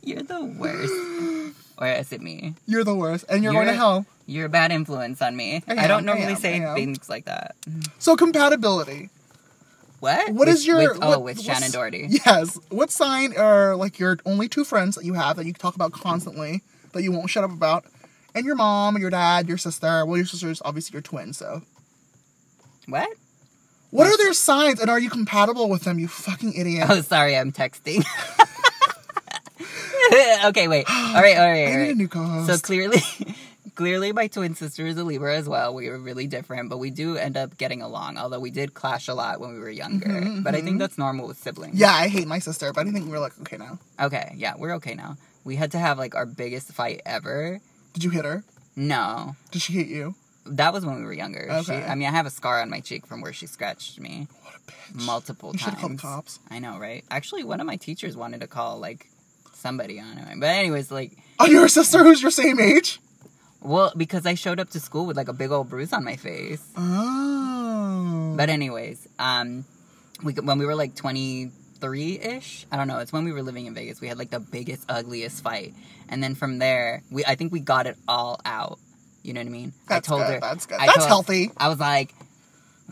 B: You're the worst.
A: (gasps)
B: Or is it me?
A: you're the worst, and you're, going
B: You're-
A: to hell.
B: You're a bad influence on me.
A: I
B: I,
A: am,
B: don't
A: I
B: normally
A: am,
B: say
A: I am.
B: things like that.
A: So compatibility.
B: What?
A: What
B: with,
A: is your
B: with- oh
A: what-
B: with
A: what's-
B: Shannon Doherty?
A: Yes. What sign are like your only two friends that you have that you talk about constantly that you won't shut up about, and your mom, your dad, your sister. Well, your sister is obviously your twin, so.
B: What? (laughs)
A: What are their signs, and are you compatible with them? You fucking idiot.
B: Oh, sorry, I'm texting. (laughs)
A: (gasps)
B: okay, wait. All right, all right,
A: I
B: all
A: need a
B: right.
A: new co-host.
B: So clearly, (laughs) clearly, my twin sister is a Libra as well. We were really different, but we do end up getting along. Although we did clash a lot when we were younger, but I think that's normal with siblings.
A: Mm-hmm, yeah, I hate my sister, but I think we're like okay now.
B: Okay. Yeah, we're okay now. We had to have like our biggest fight ever.
A: Did you hit her?
B: No,
A: Did she hate you?
B: that was when we were younger. She,
A: Okay.
B: I mean, I have a scar on my cheek from where she scratched me
A: What a bitch.
B: multiple
A: You
B: times.
A: should have called the cops.
B: I know, right? Actually, one of my teachers wanted to call like somebody on it, but anyways, like.
A: On your sister, who's your same age?
B: Well, because I showed up to school with like a big old bruise on my face.
A: Oh.
B: But anyways, um, we when we were like twenty three ish, I don't know. It's when we were living in Vegas. We had like the biggest, ugliest fight, and then from there, we I think we got it all out. You know what I mean?
A: That's
B: I told
A: good,
B: her
A: that's good.
B: I
A: That's
B: told-
A: healthy.
B: I was like,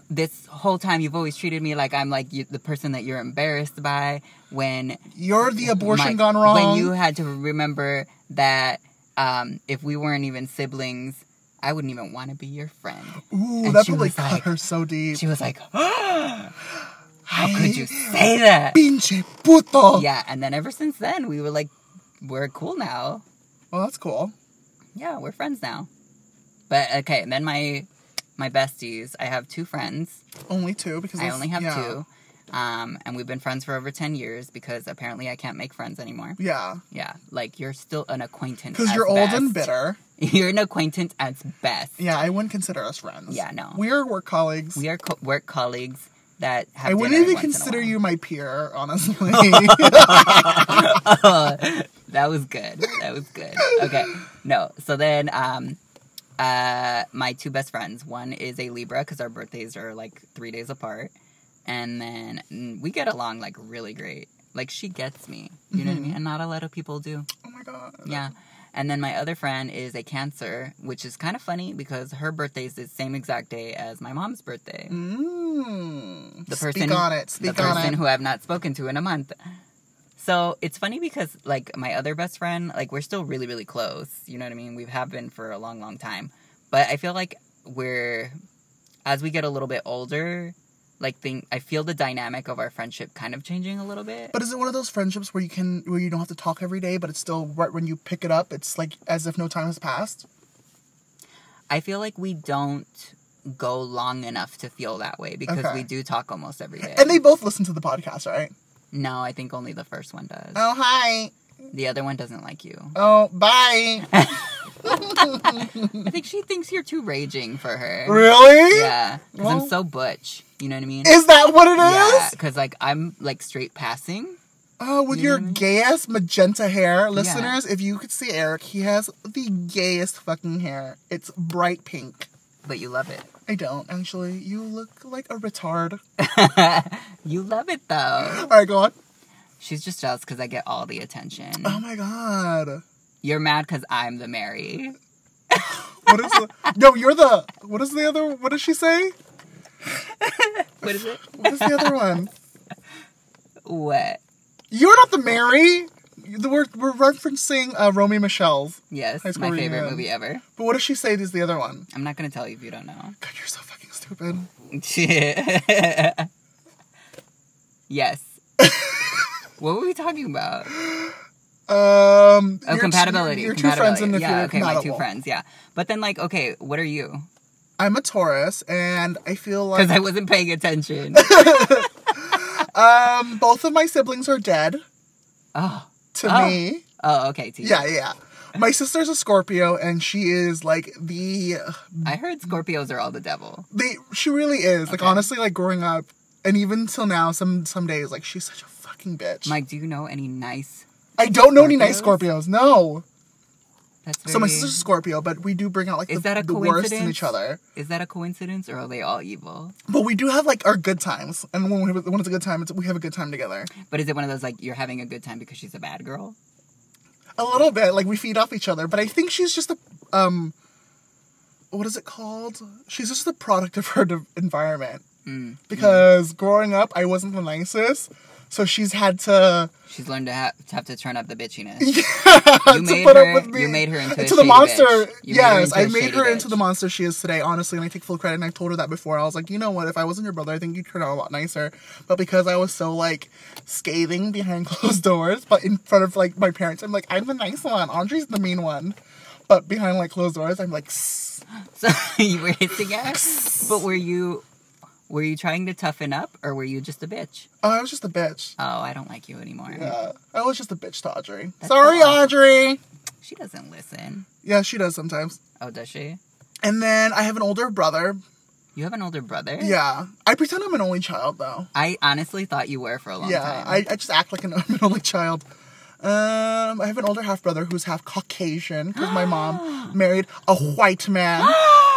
B: this whole time you've always treated me like I'm like you, the person that you're embarrassed by when
A: You're the abortion
B: Mike,
A: gone wrong.
B: When you had to remember that um, if we weren't even siblings, I wouldn't even want to be your friend.
A: Ooh,
B: And
A: that
B: she
A: probably
B: was
A: cut
B: like-
A: her so deep.
B: She was like, (gasps) How could you say that?
A: Pinche puto.
B: Yeah, and then ever since then, we were like, We're cool now.
A: Well, that's cool.
B: Yeah, we're friends now. But okay, and then my my besties, I have two friends.
A: Only two because
B: I
A: it's-
B: only have
A: yeah.
B: two. Um, and we've been friends for over 10 years because apparently I can't make friends anymore.
A: Yeah,
B: Yeah, like you're still an acquaintance.
A: because
B: at
A: you're old and
B: best.
A: bitter.
B: (laughs) You're an acquaintance at best.
A: Yeah, I wouldn't consider us friends.
B: Yeah, no.
A: we are work colleagues.
B: We are co- work colleagues that have
A: I wouldn't
B: dinner
A: even
B: once in a
A: consider
B: while.
A: you my peer,
B: (laughs)
A: honestly. (laughs) Oh
B: That was good. That was good. Okay. No. So then, um, uh, my two best friends. One is a Libra because our birthdays are like three days apart, and then mm, we get along like really great. Like she gets me. You know what I mean? And not a lot of people do.
A: oh my god.
B: Yeah. And then my other friend is a Cancer, which is kind of funny because her birthday is the same exact day as my mom's birthday.
A: Mm.
B: The
A: Speak
B: person,
A: on it. Speak
B: the
A: on
B: person
A: it.
B: who I've not spoken to in a month. So it's funny because like my other best friend, like we're still really really close. You know what I mean? We have been for a long long time, but I feel like we're as we get a little bit older, like thing I feel the dynamic of our friendship kind of changing a little bit.
A: but is it one of those friendships where you can where you don't have to talk every day, but it's still right when you pick it up, it's like as if no time has passed?
B: I feel like we don't go long enough to feel that way because
A: Okay.
B: we do talk almost every day.
A: And they both listen to the podcast, right?
B: no, I think only the first one does.
A: Oh hi.
B: The other one doesn't like you.
A: Oh bye. mm.
B: I think she thinks you're too raging for her.
A: really?
B: Yeah, because
A: Well-
B: I'm so butch. You know what I mean?
A: Is that what it
B: yeah,
A: is?
B: because like I'm like straight passing.
A: Oh, with
B: You
A: your
B: know what I mean?
A: gay ass magenta hair. Listeners, if you could see Eric, he has the gayest fucking hair. It's bright pink.
B: But you love it.
A: I don't, actually. You look like a retard. Oh
B: You love it though.
A: Alright, go on.
B: She's just jealous because I get all the attention.
A: Oh my god.
B: You're mad because I'm the Mary.
A: What is
B: (laughs)
A: the No, you're the what is the other what does she say?
B: What is it?
A: What is the other one?
B: What?
A: You're not the Mary. The word we're referencing uh, Romy and Michelle's.
B: Yes,
A: High School
B: my favorite
A: Reunion.
B: movie ever.
A: But what does she say is the other one?
B: I'm not gonna tell you if you don't know. (laughs)
A: God, you're so fucking stupid. (laughs)
B: yes. what were we talking about?
A: Um
B: Oh,
A: your two-
B: compatibility.
A: Your two
B: compatibility.
A: friends and if
B: yeah,
A: you're
B: okay, my
A: compatible.
B: two friends. Yeah, but then like, okay, what are you?
A: I'm a Taurus and I feel like
B: Because I wasn't paying
A: (laughs)
B: attention.
A: um, both of my siblings are dead
B: oh,
A: to
B: Oh.
A: me.
B: oh, okay. T.
A: Yeah, yeah. My sister's a Scorpio and she is like the
B: I heard Scorpios are all the devil.
A: they she really is. Like
B: Okay.
A: honestly, like growing up and even till now, some some days, like she's such a fucking bitch.
B: Mike, do you know any nice?
A: I don't know any nice
B: Scorpios?
A: Scorpios. No.
B: That's very,
A: So my sister's a Scorpio, but we do bring out like
B: Is
A: the,
B: that a
A: the worst in
B: coincidence?
A: each other.
B: Is that a coincidence, or are they all evil?
A: But we do have like our good times, and when we have, when it's a good time, it's, we have a good time together.
B: But is it one of those like you're having a good time because she's a bad girl?
A: A little bit, like we feed off each other. But I think she's just a um, what is it called? She's just the product of her de- environment. Because growing up, I wasn't the nicest, so she's had to
B: She's learned to have to, have to turn up
A: (laughs)
B: the bitchiness.
A: to
B: you made
A: put
B: her.
A: up with me.
B: You made her into a
A: to the
B: shady
A: monster.
B: bitch. You made her
A: Yes,
B: into a
A: I made
B: shady
A: her into
B: bitch.
A: the monster she is today. Honestly, and I take full credit. And I told her that before. I was like, you know what? If I wasn't your brother, I think you'd turn out a lot nicer. But because I was so like scathing behind (laughs) closed doors, but in front of like my parents, I'm like, I'm the nice one. Audrey's the mean one. But behind like closed doors, I'm like, "Sss."
B: (laughs) So you were hitting us, but were you were you trying to toughen up, or were you just a bitch?
A: oh, I was just a bitch.
B: Oh, I don't like you anymore.
A: Yeah, I was just a bitch to Audrey. Sorry,
B: all.
A: Audrey.
B: She doesn't listen.
A: Yeah, she does sometimes.
B: Oh, does she?
A: And then I have an older brother.
B: You have an older brother.
A: Yeah, I pretend I'm an only child though.
B: I honestly thought you were for a long
A: yeah,
B: time.
A: I, I just act like an, (laughs) I'm an only child. Um, I have an older half brother who's half Caucasian because my
B: (gasps)
A: mom married a white man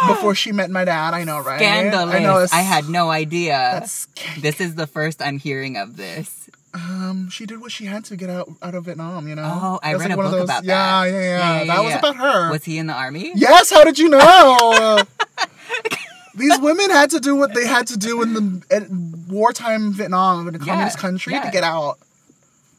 A: before she met my dad. I know, right?
B: Scandalous.
A: I know. it's-
B: I had no idea.
A: That's sc-
B: This is the first I'm hearing of this.
A: um, she did what she had to get out out of Vietnam. You know.
B: Oh, I
A: That's
B: read
A: like
B: a
A: one
B: book
A: of those-
B: about
A: yeah,
B: that.
A: Yeah, yeah, yeah. That was
B: yeah.
A: about her.
B: Was he in the army?
A: Yes. How did you
B: (laughs)
A: know? These women had to do what they had to do in the in wartime Vietnam in a communist
B: Yeah,
A: country to
B: yeah.
A: get out.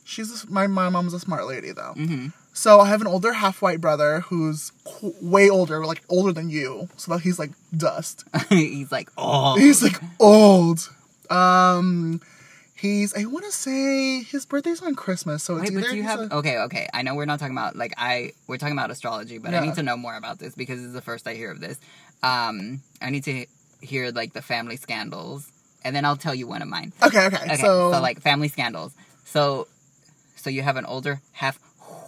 A: She's a, my my mom's a smart lady though.
B: Mhm.
A: So I have an older half white brother who's qu- way older, like older than you. So that he's like dust.
B: (laughs) He's like,
A: (laughs)
B: oh.
A: He's like old. Um, he's I want to say his birthday's on Christmas, so it's
B: Wait,
A: either
B: but do you
A: he's
B: have?
A: a-
B: Okay, okay. I know we're not talking about like I. We're talking about astrology, but I
A: Yeah.
B: need to know more about this because this is the first I hear of this. Um, I need to hear like the family scandals, and then I'll tell you one of mine.
A: okay, okay,
B: Okay,
A: So,
B: so, like family scandals. So, so you have an older half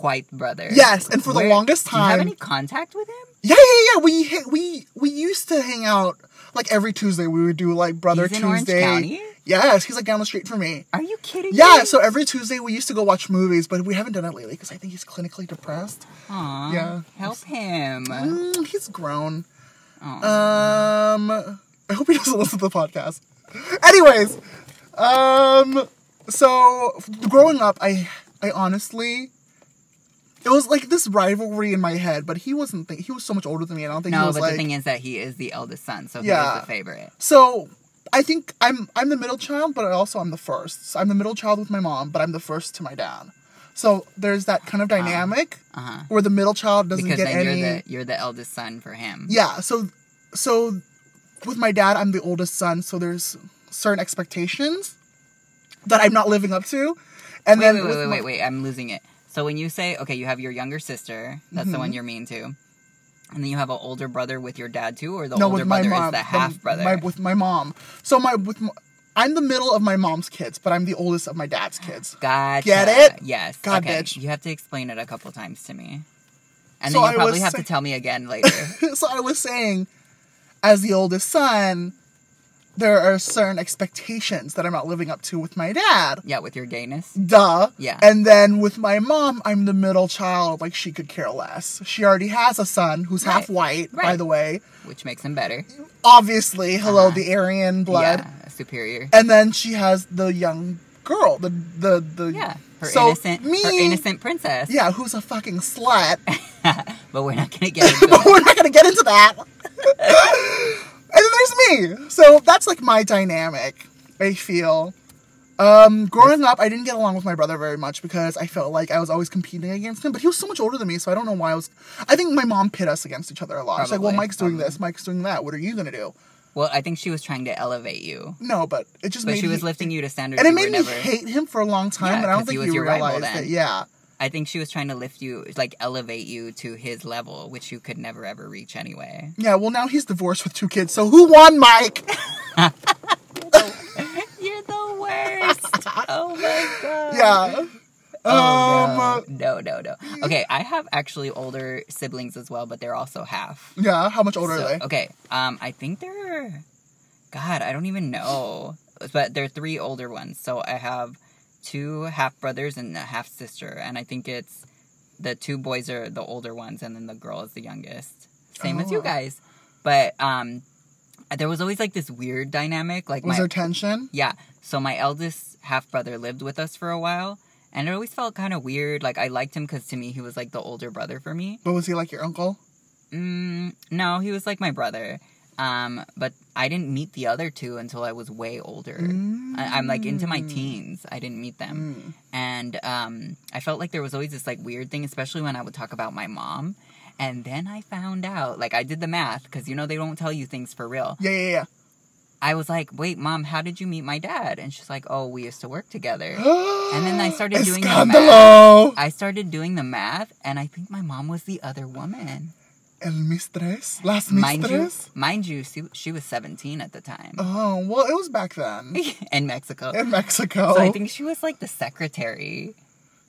B: white brother.
A: yes, and for the
B: Where-
A: longest
B: Do you have
A: time,
B: any contact with him?
A: yeah, yeah, yeah. We hit, we we used to hang out like every Tuesday. We would do like brother
B: He's in Orange
A: Tuesday.
B: County?
A: Yes, he's like down the street from me.
B: Are you kidding?
A: Yeah,
B: me?
A: so every Tuesday we used to go watch movies, but we haven't done it lately because I think he's clinically depressed.
B: Aw,
A: Yeah.
B: Help him.
A: Mm, he's grown.
B: Aw.
A: Um, I hope he doesn't listen to the podcast. Anyways, um, so f- growing up, I I honestly. It was like this rivalry in my head, but he wasn't. Think- he was so much older than me, and I don't think he
B: no,
A: was
B: but
A: like.
B: the thing is that he is the eldest son, so he
A: Yeah.
B: is the favorite.
A: So I think I'm I'm the middle child, but I also I'm the first. So I'm the middle child with my mom, but I'm the first to my dad. So there's that kind of dynamic
B: Uh-huh.
A: where the middle child doesn't
B: Because
A: get
B: then
A: any.
B: you're the you're the eldest son for him.
A: Yeah. So so with my dad, I'm the oldest son, so there's certain expectations that I'm not living up to. And
B: Wait,
A: then
B: wait, wait,
A: with
B: wait,
A: my-
B: wait, wait. I'm losing it. So when you say okay, you have your younger sister. That's
A: Mm-hmm.
B: the one you're mean to. And then you have an older brother with your dad too, or the
A: no,
B: older
A: with my
B: brother
A: mom,
B: is the
A: um,
B: half brother.
A: My, with my mom. So my with my, I'm the middle of my mom's kids, but I'm the oldest of my dad's kids.
B: Gotcha.
A: Get it?
B: Yes.
A: God,
B: okay.
A: bitch.
B: You have to explain it a couple times to me. And
A: So
B: then
A: I
B: you probably
A: was
B: have
A: say-
B: to tell me
A: (laughs)
B: again later.
A: so I was saying, as the oldest son, there are certain expectations that I'm not living up to with my dad.
B: yeah, with your gayness.
A: Duh.
B: Yeah.
A: And then with my mom, I'm the middle child. Like she could care less. She already has a son who's half white, by
B: Right.
A: the way.
B: Which makes him better.
A: Obviously, hello, the Aryan blood.
B: Yeah, superior.
A: And then she has the young girl, the the the
B: Yeah. Her
A: so
B: innocent
A: me,
B: her innocent princess.
A: yeah, who's a fucking slut.
B: But we're not gonna get
A: (laughs)
B: into
A: but
B: it.
A: we're not gonna get into that. (laughs) and then there's me. So that's like my dynamic. I feel. Um, growing up, I didn't get along with my brother very much because I felt like I was always competing against him. But he was so much older than me, so I don't know why I was. I think my mom pit us against each other a lot. She's like, "Well,
B: Probably,
A: Mike's doing this, Mike's doing that. What are you gonna do?"
B: Well, I think she was trying to elevate you.
A: No, but it just
B: But
A: made
B: she was
A: me-
B: lifting you to standards
A: and it
B: you
A: made me
B: were never.
A: hate him for a long time.
B: Yeah,
A: and I don't
B: 'cause he
A: think
B: was
A: you
B: your rival
A: realized
B: then.
A: that. Yeah,
B: I think she was trying to lift you, like elevate you to his level, which you could never ever reach anyway.
A: (laughs) yeah. Well, now he's divorced with two kids. So who won, Mike? (laughs)
B: You're the
A: (laughs)
B: worst. oh my god.
A: yeah.
B: Oh,
A: Um,
B: no. no, no, no. Okay, I have actually older siblings as well, but they're also half.
A: Yeah. How much older
B: So-
A: are they?
B: Okay, um, I think they're, God, I don't even know, but they're three older ones. So I have two half brothers and a half sister, and I think it's the two boys are the older ones, and then the girl is the youngest. Same as
A: Oh.
B: you guys, but um, there was always like this weird dynamic, like
A: Was
B: my
A: there tension?
B: yeah. So my eldest half brother lived with us for a while, and it always felt kind of weird. Like I liked him because to me he was like the older brother for me.
A: But was he like your uncle?
B: Mm, no, he was like my brother. Um, but I didn't meet the other two until I was way older. Mm. I, I'm like into my teens. I didn't meet
A: Mm.
B: them, and um, I felt like there was always this like weird thing, especially when I would talk about my mom. And then I found out, like I did the math because you know they don't tell you things for real.
A: Yeah, yeah,
B: I was like, "Wait, mom, how did you meet my dad?" And she's like, "Oh, we used to work together." (laughs)
A: yeah. (gasps)
B: And then I started doing the math.
A: Escándalo!
B: I started doing the math, and I think my mom was the other woman.
A: El mistress? Las
B: Mind you,
A: mistress?
B: mind you, she, she was 17 at the time (laughs)
A: Oh, well, it was back then.
B: in Mexico.
A: In Mexico.
B: So I think she was like the secretary.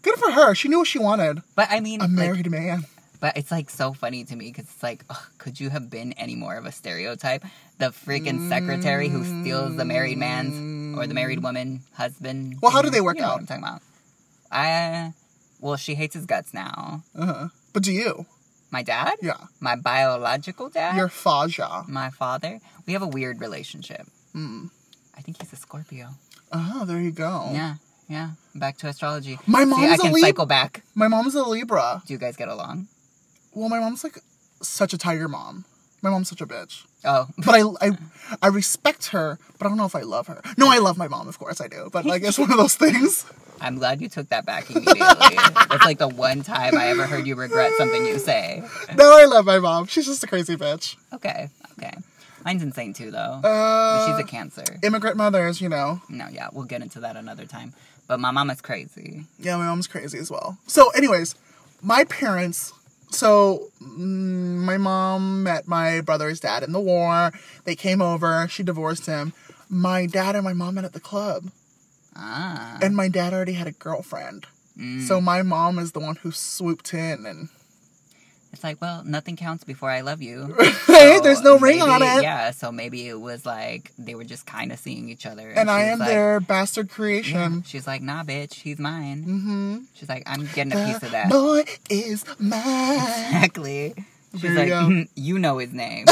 A: Good for her. She knew what she wanted.
B: But I mean,
A: A
B: like,
A: married man.
B: but it's like so funny to me because it's like, ugh, could you have been any more of a stereotype? The freaking secretary who steals the married man's or the married woman husband.
A: Well, how do
B: thing.
A: they work
B: You know
A: out?
B: What I'm talking about. I, well, she hates his guts now.
A: Uh-huh. But do you?
B: My dad,
A: Yeah.
B: my biological dad,
A: You're Faja.
B: my father. We have a weird relationship.
A: Mm.
B: I think he's a Scorpio.
A: Oh, there you go.
B: Yeah, yeah. Back to astrology.
A: My
B: See, I
A: mom's a
B: can
A: Lib-
B: cycle back.
A: My mom's a Libra.
B: Do you guys get along?
A: Well, my mom's like such a tiger mom. My mom's such a bitch.
B: Oh, (laughs)
A: But I, I, I respect her, but I don't know if I love her. No, I love my mom, of course I do. But like, it's one of those things. (laughs)
B: I'm glad you took that back immediately. That's like the one time I ever heard you regret something you say.
A: No, I love my mom. She's just a crazy bitch.
B: Okay, okay. Mine's insane too, though.
A: Uh,
B: But she's a cancer.
A: Immigrant mothers, you know.
B: No, yeah, we'll get into that another time. But my mama's crazy.
A: Yeah, my mom's crazy as well. So, anyways, my parents. So, mm, my mom met my brother's dad in the war. They came over. She divorced him. My dad and my mom met at the club,
B: Ah,
A: and my dad already had a girlfriend. So my mom is the one who swooped in, and
B: it's like, well, nothing counts before I love you.
A: (laughs) hey,
B: So
A: there's no ring
B: maybe-
A: on it.
B: Yeah, so maybe it was like they were just kind of seeing each other.
A: And I
B: she was
A: am
B: like- "Mm,
A: their bastard
B: Yeah,
A: creation.
B: She's like, nah, bitch, he's mine.
A: Mm-hmm. Uh,
B: She's like, I'm getting a piece of that.
A: boy is mine.
B: (laughs) Exactly. She's
A: There you
B: like,
A: go.
B: "Mhm, you know
A: (laughs)
B: his name.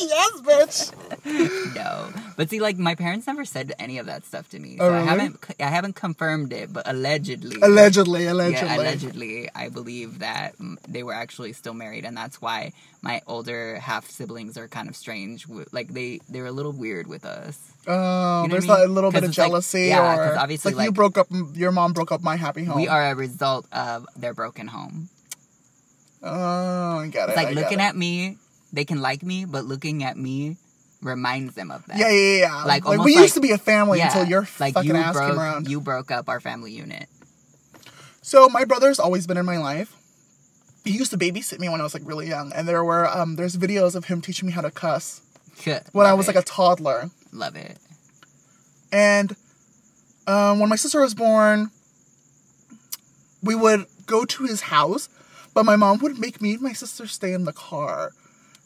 A: yes, bitch.
B: no, but see, like my parents never said any of that stuff to me, so
A: Oh,
B: I
A: really?
B: haven't, I haven't confirmed it, but allegedly,
A: Allegedly, allegedly.
B: yeah, allegedly, I believe that mm, they were actually still married, and that's why my older half siblings are kind of strange. w- Like they, they're a little weird with us.
A: Oh,
B: You know what
A: there's
B: I mean?
A: a little bit
B: 'Cause
A: of
B: it's like-
A: jealousy,
B: yeah, 'cause
A: or
B: obviously,
A: like, you
B: like-
A: broke up, your mom broke up my happy home.
B: We are a result of their broken home.
A: Oh, I get it.
B: It's
A: I
B: like
A: get
B: looking
A: it.
B: at me, they can like me, but looking at me reminds them of that.
A: Yeah, yeah, yeah.
B: Like,
A: Like,
B: almost
A: we
B: like-
A: used to be a family until your
B: like
A: fucking
B: you
A: ass
B: broke,
A: came around.
B: You broke up our family unit. (laughs)
A: So my brother's always been in my life. He used to babysit me when I was like really young, and there were um there's videos of him teaching me how to cuss when I was like a toddler.
B: love it.
A: And um, when my sister was born, we would go to his house, but my mom would make me and my sister stay in the car,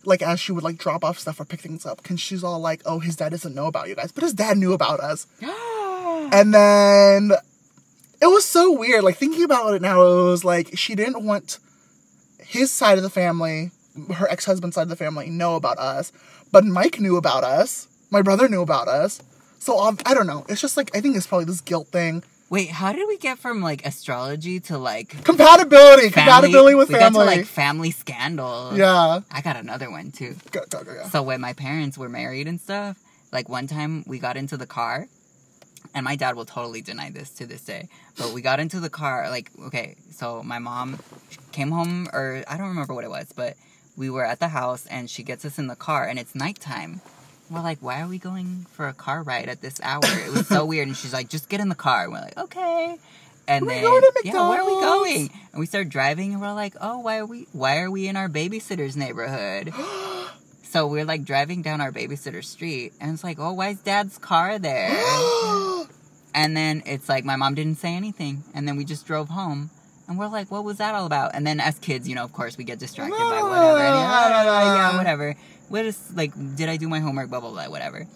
A: like as she would like drop off stuff or pick things up, because she's all like, "Oh, his dad doesn't know about you guys," but his dad knew about us. And then it was so weird. Like thinking about it now, it was like she didn't want his side of the family, her ex husband's side of the family, know about us. But Mike knew about us. My brother knew about us. So um, I don't know. It's just like I think it's probably this guilt thing.
B: Wait, how did we get from like astrology to like family-
A: Compatibility, compatibility with
B: we
A: family.
B: Got to, like family scandal.
A: yeah.
B: I got another one too.
A: Go, go, go, go.
B: (gasps) So when my parents were married and stuff, like one time we got into the car, and my dad will totally deny this to this day. But we got into the car, like okay, so my mom came home, or I don't remember what it was, but we were at the house, and she gets us in the car, and it's nighttime. We're like, why are we going for a car ride at this hour? It was so weird. And she's like, just get in the car. And we're like, okay. And
A: we
B: then,
A: going to
B: yeah, where are we
A: McDonald's?
B: going? And we start driving, and we're like, oh, why are we? Why are we in our babysitter's neighborhood? So we're like driving down our babysitter street, and it's like, oh, why is dad's car there?
A: (gasps)
B: and then it's like, my mom didn't say anything. And then we just drove home, and we're like, what was that all about? And then as kids, you know, of course, we get distracted by whatever. And, "Oh, yeah, whatever. We're just like, did I do my homework? Blah, blah, blah, whatever.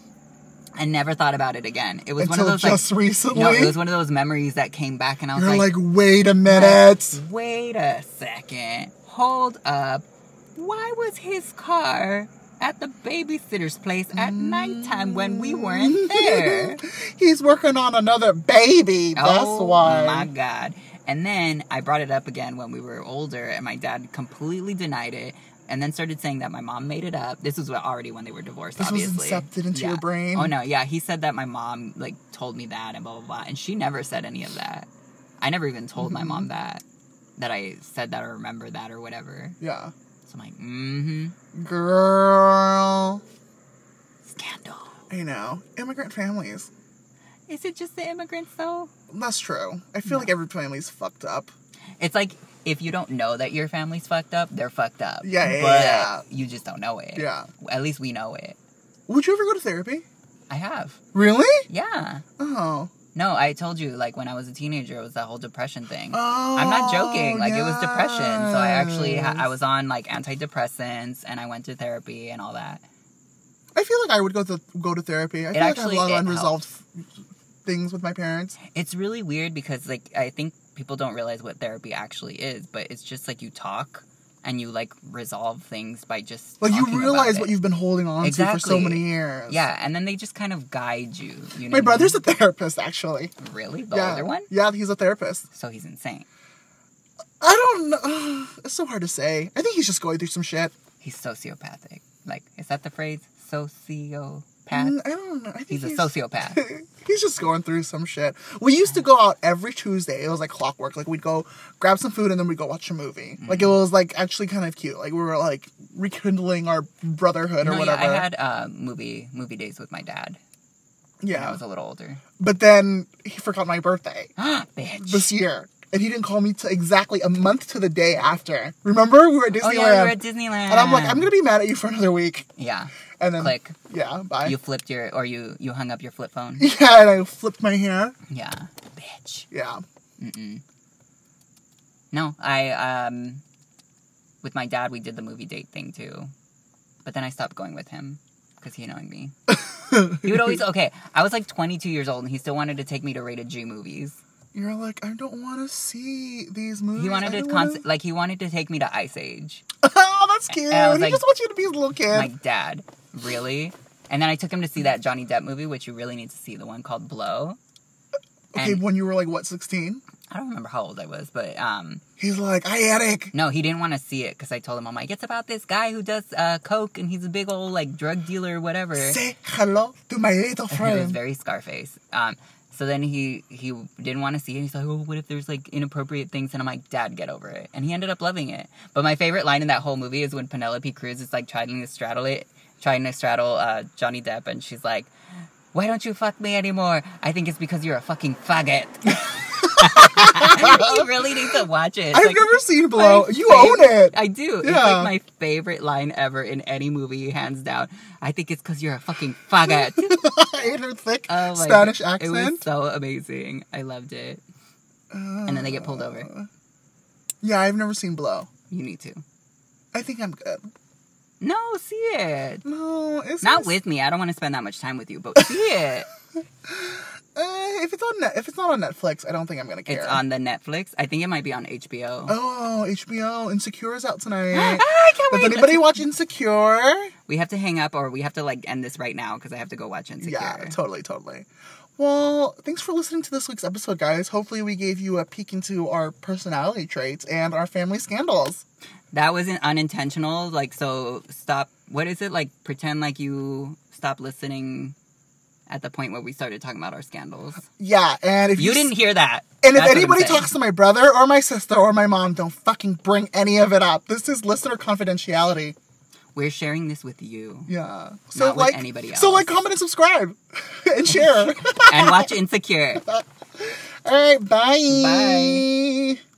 B: I never thought about it again. It was
A: Until
B: one of those
A: just
B: like,
A: recently,
B: no, it was one of those memories that came back, and I was
A: you're
B: like,
A: like, wait a minute.
B: Wait a second. Hold up. Why was his car at the babysitter's place at
A: Mm.
B: nighttime when
A: (laughs)
B: we weren't there? Oh
A: He's working on another baby. That's why.
B: my God. And then I brought it up again when we were older, and my dad completely denied it. And then started saying that my mom made it up. This was already when they were divorced.
A: This was
B: obviously.
A: incepted into your
B: Yeah.
A: brain.
B: Oh no, yeah. He said that my mom like told me that and blah blah blah, and she never said any of that. I never even told my
A: Mm-hmm.
B: mom that that I said that or remember that or whatever.
A: Yeah.
B: So I'm like, mm-hmm,
A: Girl.
B: scandal.
A: I know. Immigrant families.
B: Is it just the immigrants though?
A: That's true. I feel like every family's fucked up.
B: It's like if you don't know that your family's fucked up, they're fucked up.
A: Yeah, yeah,
B: but
A: yeah.
B: You just don't know it.
A: Yeah.
B: At least we know it.
A: Would you ever go to therapy?
B: I have.
A: Really?
B: Yeah.
A: Oh.
B: No, I told you, like when I was a teenager, it was that whole depression thing.
A: Oh.
B: I'm not joking. Like it was depression, so I actually ha-
A: yes.
B: I was on like antidepressants and I went to therapy and all that.
A: I feel like I would go to go to therapy. I feel like I have
B: actually-
A: a lot
B: it
A: of unresolved f- things with my parents.
B: It's really weird because like I think people don't realize what therapy actually is, but it's just like you talk and you like resolve things by just
A: Like
B: talking
A: you
B: about
A: realize
B: it.
A: what you've been holding on to for so
B: Exactly.
A: many years.
B: yeah, and then they just kind of guide you. You know,
A: My
B: what I
A: brother's a
B: mean?
A: therapist, actually.
B: really the
A: yeah.
B: older one,
A: Yeah, he's a therapist.
B: so he's insane.
A: (sighs) I don't know. It's so hard to say. I think he's just going through some shit.
B: he's sociopathic. Like, is that the phrase? Sociopath.
A: Mm, I don't know. I think (laughs)
B: He's a sociopath.
A: he's just going through some shit. We used to go out every Tuesday. It was like clockwork. Like we'd go grab some food and then we'd go watch a movie.
B: Mm-hmm.
A: Like it was like actually kind of cute. Like we were like rekindling our brotherhood or
B: No, yeah,
A: whatever.
B: I had uh, movie movie days with my dad when I
A: yeah.
B: was a little older. (gasps)
A: But then he forgot my birthday
B: Bitch.
A: this year. And he didn't call me till exactly a month to the day after. Remember? We were at Disneyland.
B: oh yeah, we were at Disneyland.
A: and I'm like, I'm going to be mad at you for another week.
B: Yeah.
A: And then,
B: Click.
A: yeah, bye.
B: You flipped your or you you hung up your flip phone.
A: (laughs) yeah, and I flipped my hair.
B: (laughs) yeah. Bitch. (laughs)
A: Yeah.
B: Mm-mm. No, I um, with my dad we did the movie date thing too, but then I stopped going with him because he annoyed me. he
A: (laughs)
B: would always okay. I was like 22 years old and he still wanted to take me to rated G movies.
A: You're like, I don't want to see these movies.
B: He
A: I
B: wanted to
A: don't
B: con-
A: wanna-
B: like he wanted to take me to Ice Age.
A: oh, (laughs) that's cute.
B: I was
A: he
B: like-
A: just wants you to be his little kid.
B: Like dad, really? And then I took him to see that Johnny Depp movie, which you really need to see, the one called Blow.
A: okay,
B: and-
A: when you were like, what, 16?
B: I don't remember how old I was, but um,
A: He's like, Iadic.
B: No, he didn't want to see it because I told him, I'm like, it's about this guy who does uh, coke and he's a big old like drug dealer or whatever.
A: Say hello to my little
B: And it was
A: friend.
B: very Scarface. Um, so then he he didn't want to see it. He's like, oh, what if there's like inappropriate things? And I'm like, Dad, get over it. And he ended up loving it. But my favorite line in that whole movie is when Penelope Cruz is like trying to straddle it, trying to straddle uh, Johnny Depp, and she's like, Why don't you fuck me anymore? I think it's because you're a fucking faggot. (laughs) you really need to watch it. It's
A: I've
B: like-
A: never seen Blow.
B: my
A: you
B: (laughs) favorite-
A: own it. (laughs)
B: I do. It's
A: Yeah.
B: like my favorite line ever in any movie, hands down. I think it's because you're a fucking faggot. (laughs)
A: In her thick
B: Oh my
A: Spanish
B: God. It was
A: accent. Uh,
B: so amazing. I loved it. And then they get pulled over.
A: Yeah, I've never seen Blow.
B: You need to.
A: I think I'm good.
B: No, see it.
A: No, it's
B: Not
A: just-
B: with me. I don't want to spend that much time with you, but see it.
A: (laughs) Uh, if it's on Net- if it's not on Netflix, I don't think I'm gonna care.
B: It's on the Netflix. I think it might be on HBO.
A: Oh, HBO Insecure is out
B: (gasps) Ah, (gasps)
A: tonight.
B: I can't
A: Does
B: wait.
A: anybody watch Insecure?
B: We have to hang up or we have to like end this right now because I have to go watch Insecure.
A: Yeah, totally, totally. Well, thanks for listening to this week's episode, guys. Hopefully, we gave you a peek into our personality traits and our family scandals.
B: That wasn't unintentional. Like, so stop. What is it? Like, pretend like you stopped listening at the point where we started talking about our scandals.
A: Yeah, and if
B: You
A: s-
B: didn't hear that.
A: and if
B: That's what I'm
A: anybody
B: saying.
A: talks to my brother or my sister or my mom, don't fucking bring any of it up. This is listener confidentiality.
B: we're sharing this with you.
A: Yeah. So
B: Not with
A: like
B: anybody
A: So
B: else.
A: like, comment and subscribe, (laughs) and
B: (laughs)
A: share.
B: and watch Insecure.
A: All right. Bye.
B: Bye.